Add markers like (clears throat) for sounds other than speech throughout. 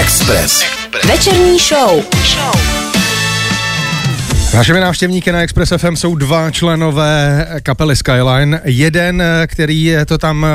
Express. Večerní show. Našimi návštěvníky na Express FM jsou dva členové kapely Skyline. Jeden, který to tam eh,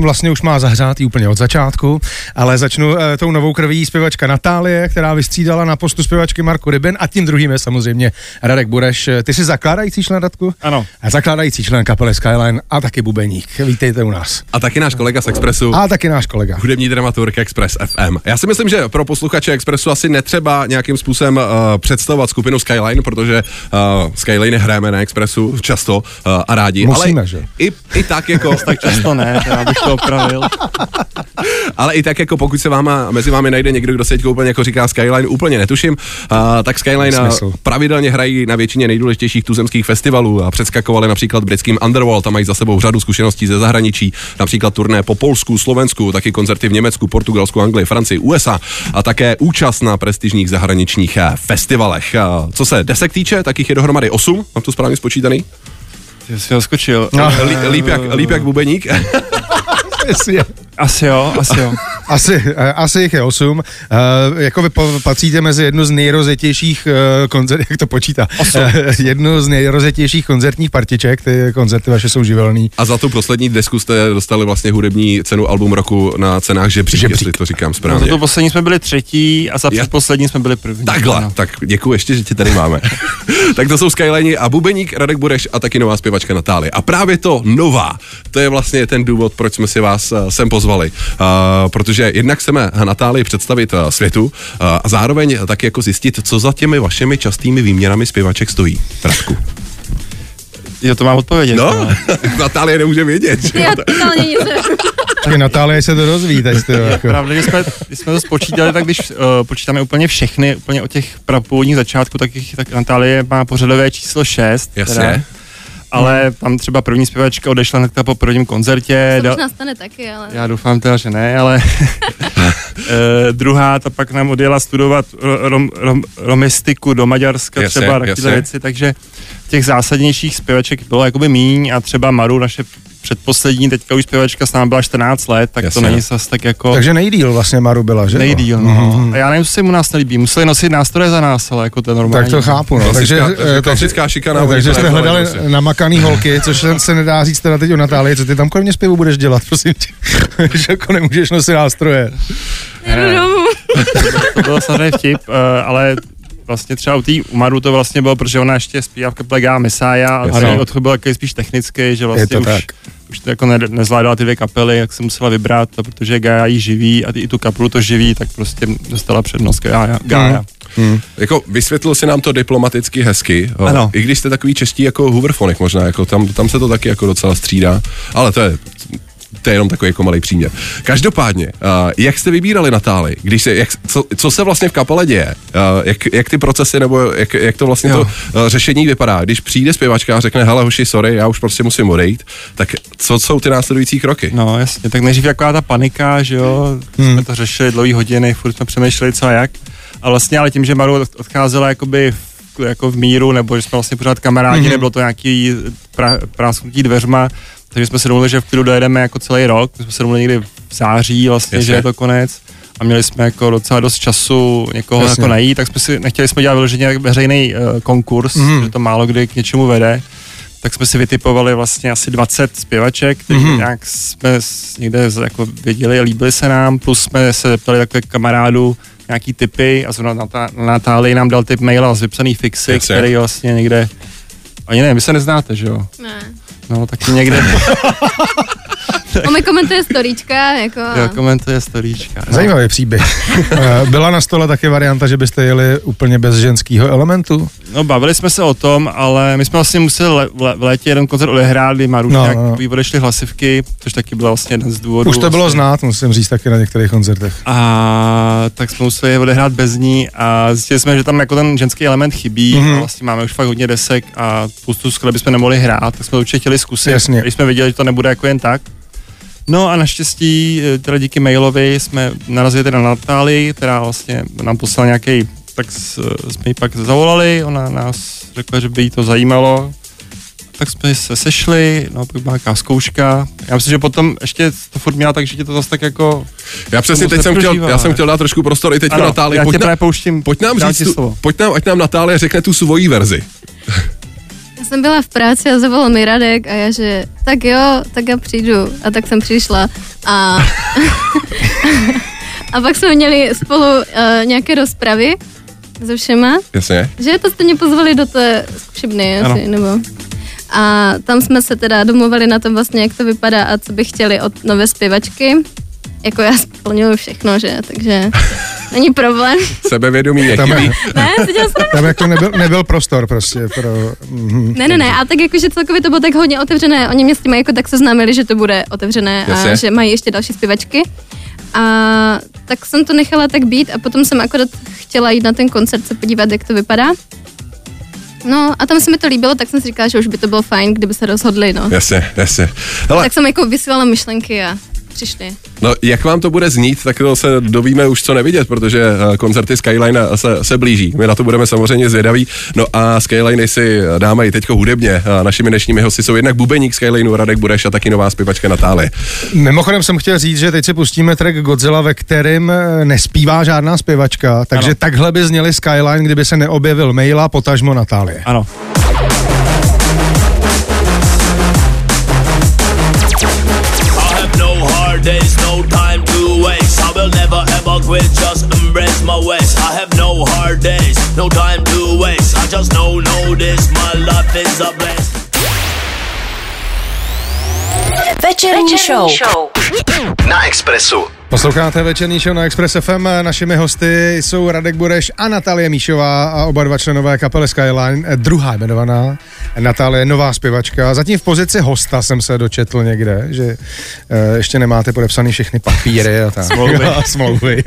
vlastně už má zahřátý úplně od začátku, ale začnu eh, tou novou krví zpěvačka Natálie, která vystřídala na postu zpěvačky Marku Rybin a tím druhým je samozřejmě Radek Bureš. Ty jsi zakládající člen, Radku? Ano. A zakládající člen kapely Skyline a taky bubeník. Vítejte u nás. A taky náš kolega z Expressu. A taky náš kolega. hudební dramaturg Express FM. Já si myslím, že pro posluchače Expressu asi netřeba nějakým způsobem uh, představovat skupinu Skyline, protože uh, Skyline hrajeme na Expressu často uh, a rádi. Musíme, ale že? I, I tak jako, tak často, To ne, já bych to opravil. (laughs) ale i tak jako pokud se váma, mezi vámi najde někdo, kdo se teďka úplně jako říká Skyline, úplně netuším, uh, tak Skyline uh, Smysl. pravidelně hrají na většině nejdůležitějších tuzemských festivalů a předskakovali například britským Underworld a mají za sebou řadu zkušeností ze zahraničí, například turné po Polsku, Slovensku, taky koncerty v Německu, Portugalsku, Anglii, Francii, USA a také účast na prestižních zahraničních eh, festivalech. Eh, Co se desek týče, tak jich je dohromady 8, mám to správně spočítaný? Ty jsi ho skočil. No. Lí, líp, jak, líp jak bubeník. (laughs) Asi jo, asi jo. Asi, eh, asi jich je osm. Eh, Jako vy po- patříte mezi jednu z nejrozetějších eh, koncert, jak to počítá? Eh, Jednu z nejrozetějších koncertních partiček, ty koncerty vaše jsou živelný. A za tu poslední desku jste dostali vlastně hudební cenu album roku na cenách žebřík, Žebřík. žebřík. jestli to říkám No, za správně. to poslední jsme byli třetí a za Já- předposlední jsme byli první. no. Takhle, Ano. tak děkuji ještě, že tě tady (laughs) máme. tak to jsou Skylani a Bubeník, Radek Bureš a taky nová zpěvačka Natálie. A právě to nová, to je vlastně ten důvod, proč jsme si vás eh, sem pozvali. Uh, protože jednak chceme Natálii představit eh, světu eh, a zároveň tak jako zjistit, co za těmi vašimi častými výměnami zpěvaček stojí. Radku. Jo, to mám odpovědět. No, (laughs) Natálie nemůže vědět. Že? Já totálně nic nevím. Čekaj, Natálie se to dozví, teď to jako. Pravda, že jsme, když jsme to spočítali, tak když uh, počítáme úplně všechny, úplně od těch prapůvodních začátků, tak, jich, tak Natálie má pořadové číslo 6. Jasně. ale tam třeba první zpěvačka odešla hnedka po prvním koncertě. To dal- možná stane taky, ale... Já doufám teda, že (laughs) ne, ale eh, druhá, ta pak nám odjela studovat ro- rom, rom, romistiku do Maďarska Jasně, jasně, třeba, takové jasně. věci, takže těch zásadnějších zpěvaček bylo jakoby míň a třeba Maru, naše předposlední, teďka už zpěvačka s námi byla 14 let, tak Jasně. to není zas tak jako Takže Mhm. nejdíl vlastně Maru byla, že? jo? nejdíl, no. A já nevím, co se mu nás nelíbí, museli nosit nástroje za nás, ale jako ten normální. Tak to chápu, no. Takže, Klasická- eh, takže- klasická šikana, no, oni takže to jste nedělají hledali prostě. namakaný holky, což se- se nedá říct teda teď o Natálii, co ty tam kromě zpěvu budeš dělat, prosím tě, (laughs) že jako nemůžeš nosit nástroje. Jdu domů. to byl samozřejmě vtip, eh, ale vlastně třeba u té Umaru to vlastně bylo, protože ona ještě zpívá v kaple Gá Mesája a Jasně. ten odchod byl takový spíš technický, že Je vlastně to už, tak. už to jako ne, nezvládala ty dvě kapely, jak se musela vybrat, a protože Gaia ji živí a i tu kapelu to živí, tak prostě dostala přednost Gaia. Gaia. Jako vysvětlil si nám to diplomaticky hezky, o, Ano. i když jste takový čeští jako hooverfonik možná, jako tam, tam se to taky jako docela střídá, ale to je, to je jenom takový jako malý příměr. Každopádně, uh, jak jste vybírali Natáli, když se, jak, co, co se vlastně v kapele děje, uh, jak, jak ty procesy nebo jak, jak to vlastně to Jo. uh, řešení vypadá, když přijde zpěvačka a řekne, hele hoši, sorry, já už prostě musím odejít, tak co jsou ty následující kroky? No jasně, tak nejdřív taková ta panika, že jo, jsme to řešili dlouhý hodiny, furt jsme přemýšleli co a jak. A vlastně ale tím, že Maru od- odcházela jakoby v, jako v míru, nebo že jsme vlastně pořád kamarádi, nebylo to nějaký pra, prásnutí dveřma, takže jsme se domluvili, že v klidu dojedeme jako celý rok, my jsme se domluvili někdy v září vlastně, Jasně. že je to konec a měli jsme jako docela dost času někoho Jasně. jako najít, tak jsme si, nechtěli jsme dělat vyloženě veřejný uh, konkurs, mm. že to málo kdy k něčemu vede, tak jsme si vytipovali vlastně asi 20 zpěvaček, které Mhm. mm-hmm. nějak jsme s- někde z- jako věděli, líbily se nám, plus jsme se zeptali takhle kamarádů nějaký typy a zrovna Natá- Natálii nám dal typ maila z vypsaný fixy, Jasně. který vlastně někde, ani ne, vy se neznáte, že jo? Ne. No, tak někde On mi komentuje storíčka, jako... a- jo, (laughs) komentuje storíčka. No. Zajímavý (laughs) příběh. Eh, Byla na stole taky varianta, že byste jeli úplně bez ženského elementu? No, bavili jsme se o tom, ale my jsme vlastně museli le, le, v létě jeden koncert odehrát, kdy Maruš No, no, nějak no. no. odešly hlasivky, což taky byl vlastně jeden z důvodů. Už to bylo vlastně. znát, musím říct, taky na některých koncertech. A tak jsme museli je odehrát bez ní a zjistili jsme, že tam jako ten ženský element chybí. Mhm. Mm-hmm. Vlastně máme už fakt hodně desek a spoustu skladeb bychom nemohli hrát, tak jsme to určitě chtěli zkusit, Jasně. když jsme viděli, že to nebude jako jen tak. No a naštěstí, eh, teda díky mailovi, jsme narazili teda na Natálii, která vlastně nám poslala nějaký, eh, tak s- jsme ji pak zavolali, ona nás řekla, že by jí to zajímalo. tak jsme se sešli, no pak byla nějaká zkouška. Já myslím, že potom ještě to furt měla tak, že ti to zase tak jako... Já přesně to teď jsem chtěl, prožívá, já jsem ne? chtěl dát trošku prostor i teď Ano, Natálii. já Pojď, tě na, právě pouštím, pojď nám dám říct, ti tu, slovo. pojď nám, ať nám Natálie řekne tu svoji verzi. Já jsem byla v práci a zavolal mi Radek a já že, tak jo, tak já přijdu. A tak jsem přišla. A, (laughs) a pak jsme měli spolu eh, nějaké rozpravy se všema. Jasně. Že to jste mě pozvali do té zkušebny, asi, Ano. nebo... A tam jsme se teda domluvili na tom vlastně, jak to vypadá a co by chtěli od nové zpěvačky. Jako já splňuju všechno, že? Takže není problém. Sebevědomí Tam, nechybí. ne, seděl jsem (laughs) tam jako nebyl, nebyl prostor prostě pro... mhm. Ne, ne, ne, a tak jakože celkově to bylo tak hodně otevřené. Oni mě s tím jako tak seznámili, že to bude otevřené a Jasně. že mají ještě další zpěvačky. A tak jsem to nechala tak být a potom jsem akorát chtěla jít na ten koncert se podívat, jak to vypadá. No a tam se mi to líbilo, tak jsem si říkala, že už by to bylo fajn, kdyby se rozhodli, no. Jasně, jasně. Hele, Tak jsem jako vysílala myšlenky a přišli. No, jak vám to bude znít, tak to se dovíme už co nevidět, protože eh, koncerty Skyline se, se blíží. My na to budeme samozřejmě zvědaví. No a Skyline si dáme i teďko hudebně. A Našimi dnešními hosty jsou jednak bubeník Skylineu Radek Budeš a taky nová zpěvačka Natálie. Mimochodem jsem chtěl říct, že teď si pustíme track Godzilla, ve kterém eh, nespívá žádná zpěvačka, takže ano. Ano. takhle by zněly Skyline, kdyby se neobjevil maila, potažmo Natálie. Ano. I have no hard days, no time to waste. I will never ever quit, just embrace my ways. I have no hard days, no time to waste. I just know, know this, my life is a blessing. Večerní show. Na Expressu. Posloucháte večerní show na Express FM, našimi hosty jsou Radek Bureš a Natálie Míšová a oba dva členové kapely Skyline, eh, druhá jmenovaná, Natálie, nová zpěvačka. Zatím v pozici hosta jsem se dočetl někde, že eh, ještě nemáte podepsaný všechny papíry a tak. Smlouvy. A (laughs) smlouvy.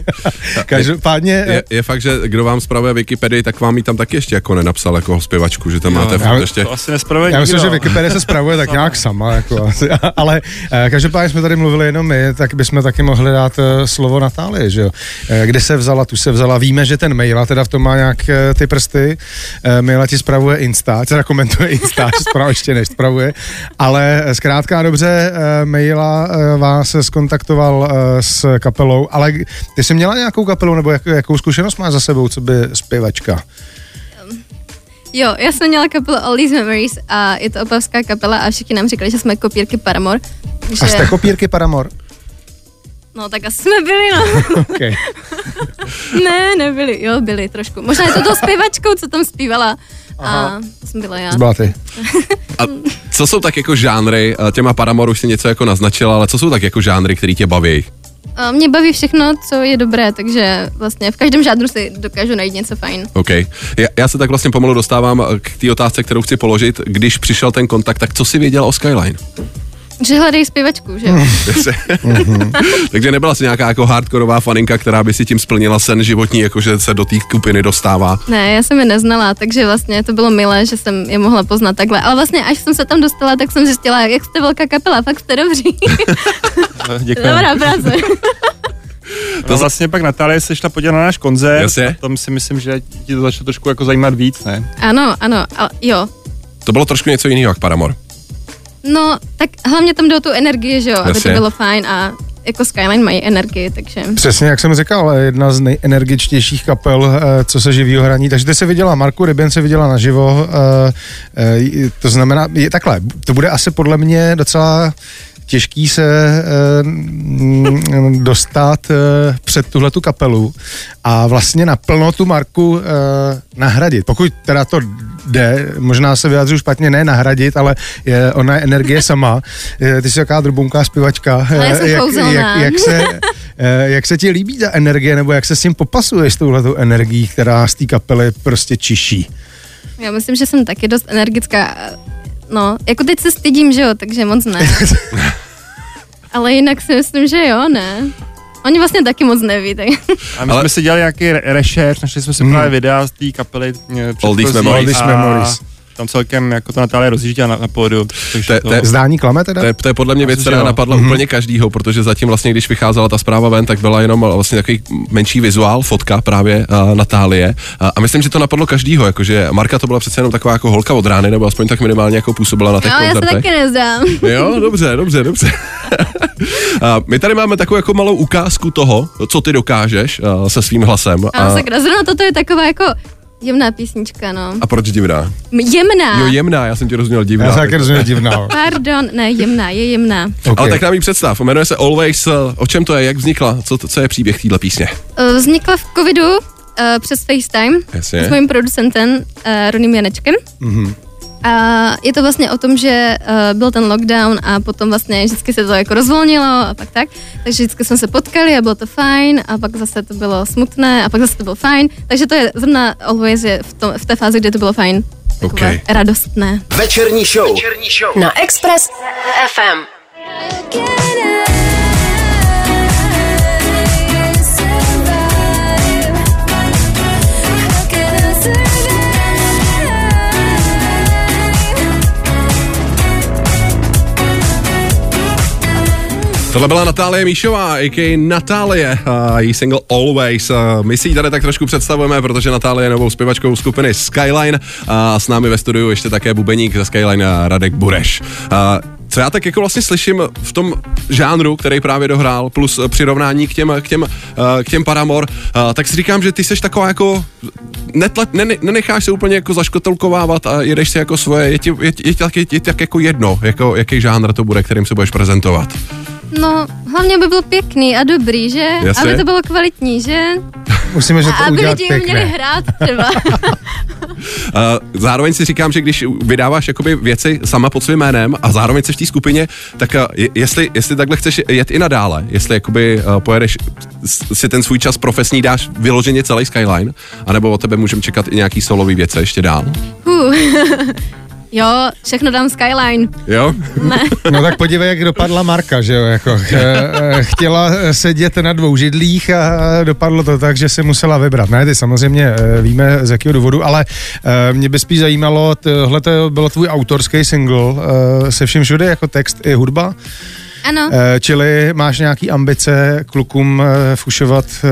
Každopádně... eh, Je, je fakt, že kdo vám spravuje Wikipedii, tak vám ji tam taky ještě jako nenapsal jako zpěvačku, že tam máte ale- furt ještě. To asi no. nespravedlivý. Já myslím, že Wikipedie se spravuje tak nějak sama, jako asi. (laughs) ale eh, každopádně jsme tady mluvili jenom my, tak bychom taky mohli dát eh, slovo Natálii, že jo. Eh, Kde se vzala, tu se vzala, víme, že ten maila teda v tom má nějak eh, ty prsty, Eh, maila ti spravuje Insta, (laughs) teda komentuje Insta, správ ještě než spravuje, ale eh, zkrátka a dobře, eh, maila eh, vás skontaktoval eh, s kapelou, ale k- ty jsi měla nějakou kapelu, nebo jak, jakou zkušenost máš za sebou, co by zpěvačka? Jo, já jsem měla kapelu All These Memories a je to opavská kapela a všichni nám říkali, že jsme kopírky Paramore. Že... A jste kopírky Paramor? No tak asi jsme byli, no. (laughs) Okay. Ne, nebyli, jo, byli trošku. Možná je to tou zpěvačkou, co tam zpívala. A to jsem byla já. Zbyla ty. A co jsou tak jako žánry? Eh, Těma Paramoru už si něco jako naznačila, ale co jsou tak jako žánry, který tě baví? A mě baví všechno, co je dobré, takže vlastně v každém žádru si dokážu najít něco fajn. OK. Já, já se tak vlastně pomalu dostávám eh, k té otázce, kterou chci položit. Když přišel ten kontakt, tak co si věděla o Skyline? (laughs) Že hledají zpěvačku, že jo? Takže nebyla si nějaká jako hardkorová faninka, která by si tím splnila sen životní, jakože se do té skupiny dostává. Ne, já jsem je neznala, takže vlastně to bylo milé, že jsem je mohla poznat takhle. Ale vlastně, až jsem se tam dostala, tak jsem zjistila, jak jste velká kapela, fakt jste dobří. (laughs) Děkujeme. Dobrá práce. To vlastně pak Natálie se šla podívat na náš koncert. Jasně. A tam si myslím, že ti to začalo trošku jako zajímat víc, ne? Ano, ano, a jo. To bylo trošku něco jiného, jak Paramor. No, tak hlavně tam jde o tu energii, že jo, aby to Jasně. bylo fajn a jako Skyline mají energii, takže... Přesně, jak jsem říkal, jedna z nejenergičtějších kapel, eh, co se živí hraní. Takže ty se viděla Marku, Ryben se viděla naživo. eh, eh, To znamená, je takhle, to bude asi podle mě docela těžký se eh, mm, dostat eh, před tuhle tu kapelu a vlastně naplno tu Marku eh, nahradit. Pokud teda to jde, možná se vyjadřuju špatně, ne nahradit, ale je, ona je energie sama. Eh, Ty jsi taková drobunká zpěvačka. Ale já eh, jsem jak, kouzelná. jak, jak, se, (laughs) eh, jak se ti líbí ta energie, nebo jak se s tím popasuješ s touhletou energií, která z té kapely prostě čiší? Já myslím, že jsem taky dost energická. No, jako teď se stydím, že jo, takže (laughs) moc ne. Ale jinak si myslím, že jo, ne. Oni vlastně taky moc neví, tak A my Ale- Ale... jsme Hmm. si dělali nějaký re- rešerš, našli jsme si právě videa z té kapely. eh, předchozí Memories. All These a Memories. tam celkem jako to Natálie rozjížděla na, na pódiu. takže To je- to je- Zdání klame teda? To je, to je podle mě věc, Myslím, že která jo. Mhm. napadla úplně každýho, protože zatím vlastně, když vycházela ta zpráva ven, tak byla jenom vlastně takový menší vizuál, fotka právě uh, Natálie. Uh, a myslím, že to napadlo každýho, jakože Marka to byla přece jenom taková jako holka od rány, nebo aspoň tak minimálně jako působila na těch No, já se koncertech. taky nezdám. Jo, dobře, dobře, (laughs) dobře. A my tady máme takovou jako malou ukázku toho, co ty dokážeš a, se svým hlasem. A sakra, zrovna toto je taková jako jemná písnička, no. a proč divná? M- Jemná. Jo, jemná, já jsem ti rozuměl divná. Já se tak- taky (laughs) rozumím divná. Pardon, ne, jemná, je jemná. Okay. Ale tak nám ji představ. Jmenuje se Always. eh, O čem to je? Jak vznikla? Co, co je příběh téhle písně? Eh, Vznikla v covidu eh, přes FaceTime Jasně. s mojím producentem eh, Roním Janečkem. Mhm. A je to vlastně o tom, že eh, byl ten lockdown a potom vlastně vždycky se to jako rozvolnilo a pak tak. Takže vždycky jsme se potkali a bylo to fajn a pak zase to bylo smutné a pak zase to bylo fajn. Takže to je zrovna Always je v, tom, v té fázi, kde to bylo fajn. Takové Ok. radostné. Večerní show. Večerní show. Na Express FM. Tohle byla Natálie Míšová, a.k.a. Natálie a její single Always. A My si ji tady tak trošku představujeme, protože Natálie je novou zpěvačkou skupiny Skyline a s námi ve studiu ještě také bubeník ze Skyline a Radek Bureš. A co já tak jako vlastně slyším v tom žánru, který právě dohrál, plus přirovnání k těm, k těm, eh, k těm Paramor, eh, tak si říkám, že ty seš taková jako netla, ne, ne- nenecháš se úplně jako zaškotelkovávat a jedeš si jako svoje, je ti, je, ti- je, ti tak, je, ti tak jako jedno, jako, jaký žánr to bude, kterým se budeš prezentovat. No, hlavně by byl pěkný a dobrý, že? Jasně. Aby to bylo kvalitní, že? Musíme, že A to aby udělat lidi měli pěkné. hrát třeba. (laughs) Uh, zároveň si říkám, že když vydáváš jakoby věci sama pod svým jménem a zároveň jsi v té skupině, tak uh, je- jestli, jestli takhle chceš jet i nadále, jestli jakoby uh, pojedeš s- si ten svůj čas profesní dáš vyloženě celý Skyline, anebo od tebe můžeme čekat i nějaký solový věce ještě dál. Huh. (laughs) jo, všechno dám Skyline. Jo? No tak podívej, jak dopadla Marka, že jo, jako eh, eh, chtěla eh, sedět na dvou židlích a eh, dopadlo to tak, že si musela vybrat. Ne, ty samozřejmě eh, víme z jakého důvodu, ale eh, mě by spíš zajímalo, tohle to bylo tvůj autorský single eh, se vším všude, jako text i hudba, Ano, Eh, čili máš nějaký ambice klukům eh, fušovat eh,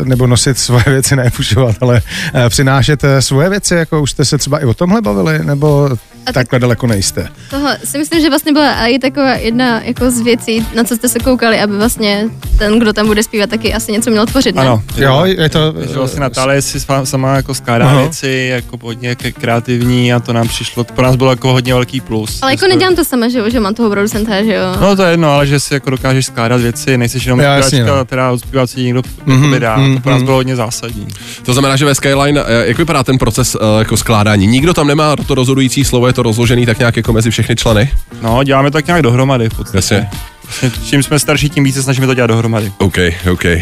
eh, nebo nosit svoje věci, ne fušovat, ale eh, přinášet eh, svoje věci, jako už jste se třeba i o tomhle bavili, nebo tak- takhle daleko nejste? toho si myslím, že vlastně byla i taková jedna jako z věcí, na co jste se koukali, aby vlastně ten, kdo tam bude zpívat, taky asi něco měl tvořit, ne? Ano. Jo, je to... Že vlastně Natálie si svá- sama jako skládá Aha. věci, jako hodně k- kreativní a to nám přišlo, pro nás bylo jako hodně velký plus. Ale jako Že jsme- nedělám to sama, že jo, že mám toho producenta, že jo. No to je jedno, ale že si jako dokážeš skládat věci, nejseš jenom Já, jasně, zpěvačka, no. která zpívá, co ti někdo mm-hmm, dá. mhm, to pro nás mhm. bylo hodně zásadní. To znamená, že ve Skyline, eh, jak vypadá ten proces eh, jako skládání? Nikdo tam nemá to rozhodující slovo, je to rozložený tak nějak jako mezi všechny členy? No, děláme to tak nějak dohromady v podstatě. Jasně. Vlastně, Čím jsme starší, tím více se snažíme to dělat dohromady. OK, OK. Uh,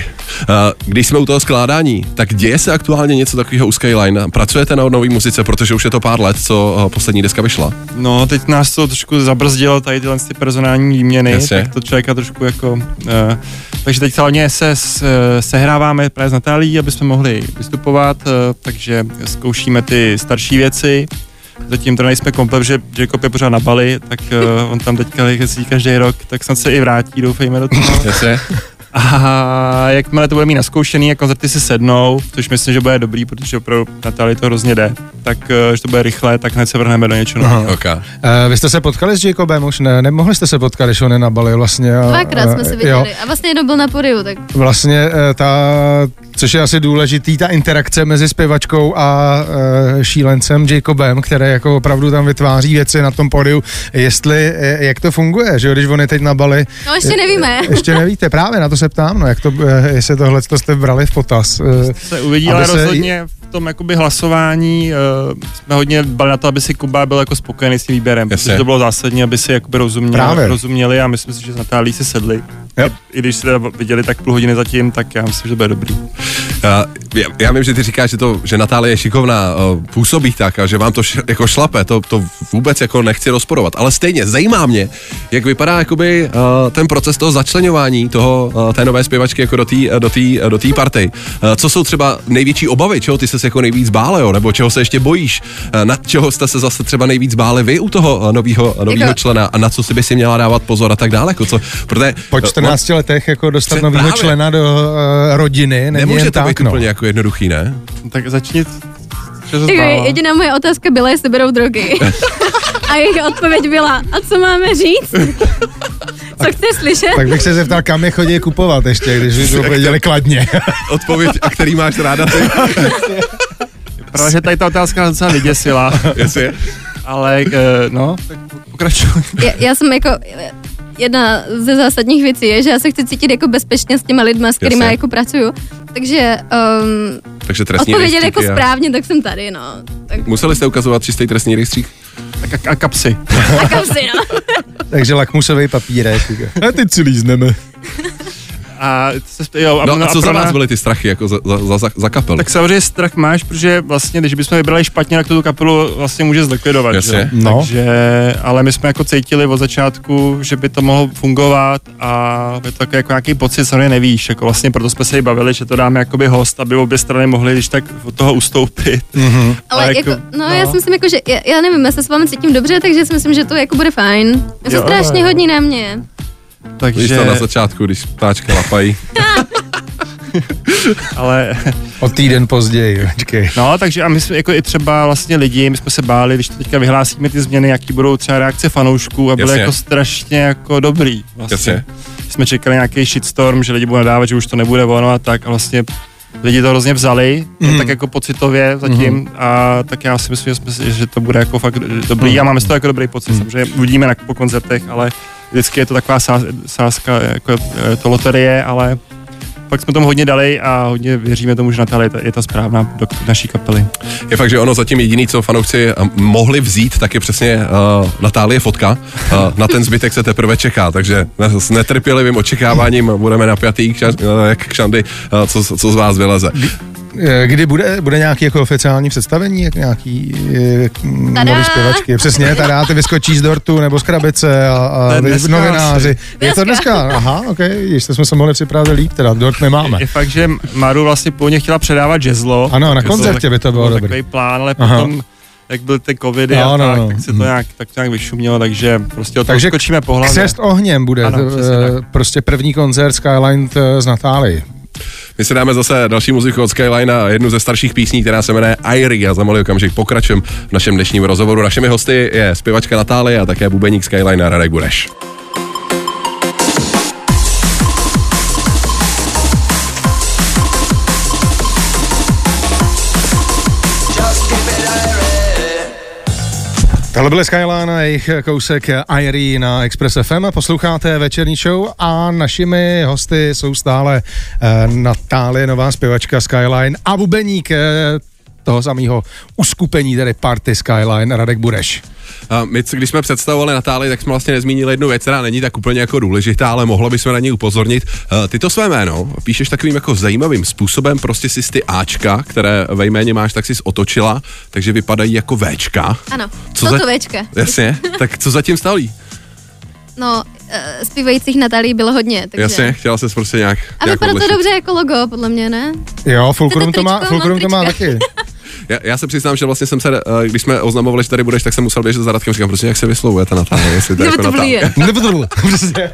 když jsme u toho skládání, tak děje se aktuálně něco takového u Skyline? Pracujete na nový muzice, protože už je to pár let, co uh, poslední deska vyšla. No, teď nás to trošku zabrzdilo tady tyhle ty personální výměny, Jasně. tak to člověka trošku jako... Uh, takže teď hlavně se s, eh, sehráváme právě s Natálí, aby jsme mohli vystupovat, uh, takže zkoušíme ty starší věci. Zatím to nejsme komplet, že Jacob je pořád na Bali, tak uh, on tam teďka jezdí každý rok, tak snad se i vrátí, doufejme (laughs) do toho. Jasně. A jakmile to bude mít naskoušený a koncerty si sednou, což myslím, že bude dobrý, protože opravdu Natálii to hrozně jde, tak eh, že to bude rychle, tak hned se vrhneme do něčeho nového. OK. Eh, Vy jste se potkali s Jacobem už? Ne, nemohli jste se potkat, když ho nenabalil vlastně. a- Dvakrát jsme se eh, viděli. A vlastně jednou byl na podiu, tak Vlastně eh, ta, což je asi důležitý, ta interakce mezi zpěvačkou a eh, šílencem Jacobem, který jako opravdu tam vytváří věci na tom podiu, jestli, eh, jak to funguje, že jo, když on je teď na Bali. no ještě nevíme. (laughs) Ještě nevíte, právě na to se ptám, no, jak to, eh, jestli tohle to jste brali v potaz. eh. Se uvidí, Aby ale se- rozhodně v tom jakoby hlasování uh, jsme hodně dbali na to, aby si Kuba byl jako spokojený s tím výběrem, Jasně. protože to bylo zásadní, aby si jakoby Právě. rozuměli, rozuměli a myslím si, že s Natálí si sedli. Yep. I když se viděli tak půl hodiny zatím, tak já myslím, že to bude dobrý. Uh, já, já vím, že ty říkáš, že, to, že Natálie je šikovná, uh, působí tak a že vám to š, jako šlape, to, to vůbec jako nechci rozporovat, ale stejně zajímá mě, jak vypadá jakoby uh, ten proces toho začlenování toho, uh, té nové zpěvačky jako do té do tý, do tý party. Uh, co jsou třeba největší obavy, čeho ty jsi se jako nejvíc bále, jo? nebo čeho se ještě bojíš, uh, na čeho jste se zase třeba nejvíc báli vy u toho uh, nového novýho Jako- člena a na co si by si měla dávat pozor a tak dále, jako co, protože Po eh, 14 letech jako dostat Před- nového právě. člena do uh, rodiny není Nemůže jen to tak, být no. úplně jako jednoduchý, ne? Tak začni. Co se Jako stává? jediná moje otázka byla, jestli (laughs) berou drogy. A jejich odpověď byla, a co máme (laughs) říct? Co chceš slyšet? Tak bych se zeptal, kam je chodí kupovat ještě, když by to (laughs) věděli kladně. Odpověď, a který máš ráda ty, Protože tady ta otázka nás docela vyděsila, jestli je. ale eh, no, tak pokračuj. Já, já jsem jako, jedna ze zásadních věcí je, že já se chci cítit jako bezpečně s těma lidma, s kterými Jasně. jako pracuju. Takže um, Takže trestní odpověděli jako rejstříky a- správně, tak jsem tady, no. Tak, Museli jste ukazovat čistý trestní rejstřík? Tak a, a kapsy. a kam si, no. Takže lakmusový papírek. A teď si lízneme. A, co- jo, a, No a co za pro vás nás- byly ty strachy, jako za, za, za, za- za kapel? Tak samozřejmě strach máš, protože vlastně, když bychom vybrali špatně, tak to tu kapelu vlastně může zlikvidovat. Jasně. že? No. Takže, ale my jsme jako cítili od začátku, že by to mohlo fungovat a je to jako, jako nějaký pocit, samozřejmě nevíš. Jako vlastně proto jsme se i bavili, že to dáme jakoby host, aby obě strany mohly když tak od toho ustoupit. Mm-hmm. Ale jako, no, no, já si myslím, jako, že já, já nevím, já se s vámi cítím dobře, takže si myslím, že to jako bude fajn. Já se Jo, strašně jo. hodní na mě. Víš takže, to na začátku, když ptáčka lapají. ale O týden později, počkej. No, takže a my jsme jako i třeba vlastně lidi, my jsme se báli, když teďka vyhlásíme ty změny, jaký budou třeba reakce fanoušků a byly Jasně. jako strašně jako dobrý. Vlastně. Jasně. Jsme čekali nějaký shitstorm, že lidi budou nadávat, že už to nebude ono a tak a vlastně lidi to hrozně vzali, mm. tak jako pocitově zatím mm. a tak já si myslím, že, jsme, si- že to bude jako fakt dobrý a máme z toho jako dobrý pocit, mm. samozřejmě uvidíme na, po koncertech, ale vždycky je to taková sá, sázka, jako eh, to loterie, ale pak jsme tomu hodně dali a hodně věříme tomu, že Natálie je ta- je ta správná do naší kapely. Je fakt, že ono zatím jediný, co fanoušci eh, mohli vzít, tak je přesně uh, Natálie fotka. Uh, na ten zbytek se teprve čeká, takže ne- s netrpělivým očekáváním budeme napjatý k šan- eh, jak kšandy, eh, co, co z vás vyleze. Eh, Kdy bude, bude nějaký jako oficiální představení, jak nějaký eh, mm, Tadá! nový zpěvačky? Přesně, tady ty vyskočí z dortu nebo z krabice a, To a je vy, dneska vlastně. novináři. Je to dneska? Aha, ok, ještě jsme se mohli připravit líp, teda dort nemáme. Je fakt, že Maru vlastně původně chtěla předávat žezlo. Ano, na Tak to koncertě tak- by to bylo Takový dobrý. plán, ale Aha. potom, jak byly ty covidy No, a no, tak, no. tak se to nějak, tak to nějak vyšumělo, takže prostě o to Takže skočíme po hlavě. Křest ohněm bude Ano, ano, přesně tak. prostě první koncert Skyline eh, z Natálii. My si dáme zase další muziku od Skyline a jednu ze starších písní, která se jmenuje Airy a za malý okamžik pokračujem v našem dnešním rozhovoru. Našimi hosty je zpěvačka Natálie a také bubeník Skyline a Radek Bureš. Tohle byly Skyline a jejich kousek Airy na Express FM. Posloucháte večerní show a našimi hosty jsou stále eh, Natálie, nová zpěvačka Skyline a bubeník eh, toho samého uskupení, tedy Party Skyline, Radek Bureš. A my, co- když jsme představovali Natálii, tak jsme vlastně nezmínili jednu věc, která není tak úplně jako důležitá, ale mohlo bychom na ní upozornit. Eh, Ty to své jméno píšeš takovým jako zajímavým způsobem, prostě si ty Ačka, které ve jméně máš, tak si otočila, takže vypadají jako Včka. Ano, Co co to za- večka. Jasně, tak co zatím stálí? No, eh, zpívajících Natálí bylo hodně, takže... Jasně, chtěla se prostě nějak. A nějak vypadá to odlišit. dobře jako logo, podle mě, ne? Jo, Fulcrum to Chcete má, tričko? Fulcrum Mám to má trička. taky. Já, já se přiznám, že vlastně jsem se, eh, když jsme oznamovali, že tady budeš, tak jsem musel běžet za Radkem, říkám, prostě jak se vyslovuje ta Natálie, jestli to je jako Nebo to Natálie. vlije. Nebudu, (laughs) přesně.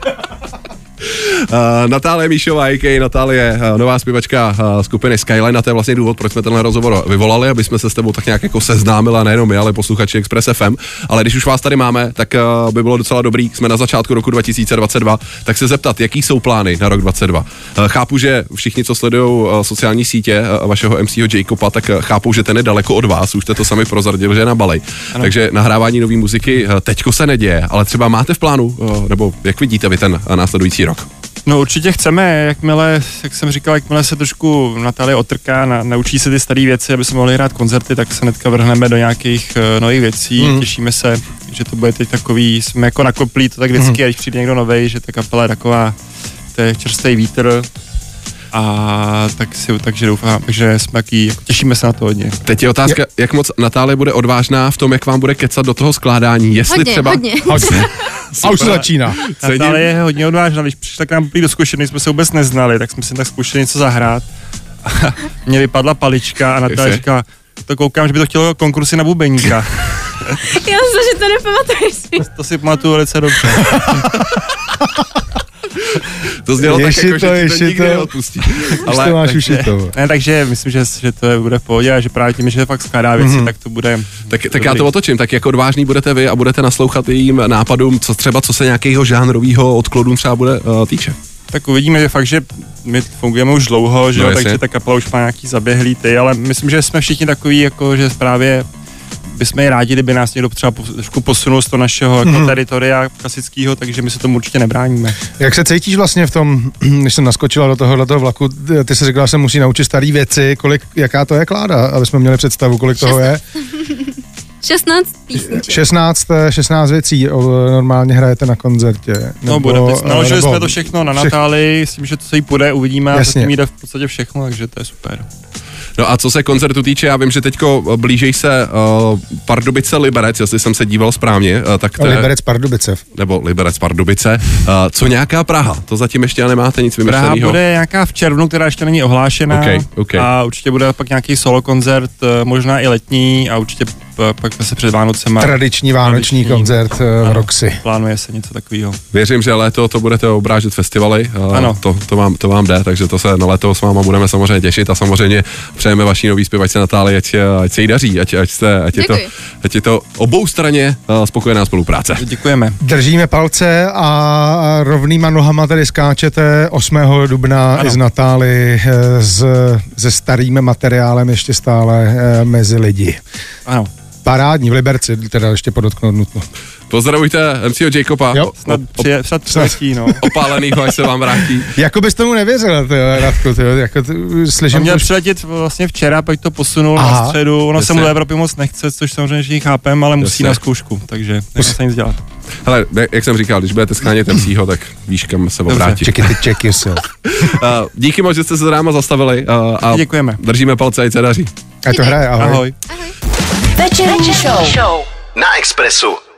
Uh, Natálie Míšová, a.k.a. Natálie, uh, nová zpěvačka uh, skupiny Skyline a to je vlastně důvod, proč jsme tenhle rozhovor vyvolali, aby jsme se s tebou tak nějak jako seznámili a nejenom my, ale posluchači Express FM. Ale když už vás tady máme, tak uh, by bylo docela dobrý, jsme na začátku roku 2022, tak se zeptat, jaký jsou plány na rok 22. Uh, chápu, že všichni, co sledují uh, sociální sítě uh, vašeho MCho Jacoba, tak uh, chápu, že ten je daleko od vás, už jste to sami prozradili, že je na balej. Takže nahrávání nové muziky uh, teďko se neděje, ale třeba máte v plánu, uh, nebo jak vidíte vy ten uh, následující rok? No určitě chceme, jakmile, jak jsem říkal, jakmile se trošku Natálie otrká, na, naučí se ty staré věci, aby jsme mohli hrát koncerty, tak se hnedka vrhneme do nějakých uh, nových věcí. Mm. Těšíme se, že to bude teď takový, jsme jako nakoplí to tak vždycky, mm. a když přijde někdo nový, že ta kapela je taková, to je čerstvý vítr, A tak si, takže doufám, že jsme taky, jako těšíme se na to hodně. Teď je otázka, jak moc Natálie bude odvážná v tom, jak vám bude kecat do toho skládání. Jestli Hodně, třeba... (laughs) hodně. (laughs) Hodně. A už se začíná. Cením. Natálie je hodně odvážná, když přišla k nám prý do zkušený, jsme se vůbec neznali, tak jsme si tak zkoušeli něco zahrát. (laughs) A Mně vypadla palička a Natálie Jasně. říká, to koukám, že by to chtělo konkursy na bubeníka. Já myslím, že to nepamatuješ si. To si pamatuju velice dobře. To znělo tak, Ještě jako, to, že ti ještě to nikdy to. neodpustí. Ale, to máš už takže, je to. ne, takže myslím, že, že to je, bude v pohodě a že právě tím, že fakt skládá věci, mm-hmm. tak to bude Tak, tak dobrý. já to otočím, tak jako odvážný budete vy a budete naslouchat jejím nápadům, co třeba co se nějakého žánrového odklonu třeba bude uh, týče. Tak uvidíme, že fakt, že my fungujeme už dlouho, že No no, jo, jasně. takže ta kapela už má nějaký zaběhlý ty, ale myslím, že jsme všichni takový, jako že právě bychom je rádi, kdyby nás někdo třeba pos- trošku posunul z toho našeho jako Hmm. teritoria klasického, takže my se tomu určitě nebráníme. Jak se cítíš vlastně v tom, (clears throat) když jsem naskočila do tohohle toho vlaku, ty jsi říkala, že se musí naučit staré věci, kolik, jaká to je kláda, aby jsme měli představu, kolik toho je. 16 písniček. 16, eh, 16 věcí o, eh, normálně hrajete na koncertě. No, nebo- bude, eh, naložili nebo- jsme to všechno na všech- Natálii, s tím, že to se jí půjde, uvidíme a Jasně. zatím jde v podstatě všechno, takže to je super. No a co se koncertu týče, já vím, že teďko eh, blížej se uh, Pardubice Liberec, jestli jsem se díval správně, uh, tak to je, Liberec Pardubice. nebo Liberec Pardubice, uh, co nějaká Praha, to zatím ještě nemáte nic Praha vymyšleného. bude nějaká v červnu, která ještě není ohlášená. Ok, ok. A určitě bude pak nějaký solo koncert, eh, možná i letní a určitě eh, pak se před Vánocema Tradiční vánoční Tradiční. koncert eh, v Ano. Roxy. plánuje se něco takového. Věřím, že léto to budete obrážet festivaly. eh, Ano. To, to, vám, to vám jde, takže to se na léto s váma budeme samozřejmě těšit a samozřejmě přejeme vaší nový zpěvačce Natálii, ať, eh, ať se jí daří, ať, ať, jste, ať, je, to, Děkuji. ať je to obou straně eh, spokojená spolupráce. Děkujeme. Držíme palce a rovnýma nohama tady skáčete 8. dubna ano. Ano. i z Natály eh, s, se starým materiálem ještě stále eh, mezi lidi. Ano. Parádní v Liberci, teda ještě podotknout nutno. Pozdravujte MCO Jacoba, Jo. Snad přije, snad přiletí, no. opálenýho, až se vám vrátí. Jako bys tomu nevěřil, ty, jo, Radku, ty, jo, jako ty, On slyším měl to přiletět vlastně včera, pak to posunul Aha. na středu. Ono se Jasně. mu do Evropy moc nechce, což samozřejmě všichni chápem, ale musí Jasně. na zkoušku, takže nemá se nic dělat. Hele, ne- jak jsem říkal, když budete schánět MCho, tak víš, kam se obrátí. Check it, check yourself. Eh, Díky moc, že jste se za náma zastavili eh, a Děkujeme. držíme palce, ať se daří. A to hraje, ahoj. Ahoj. Na Expressu.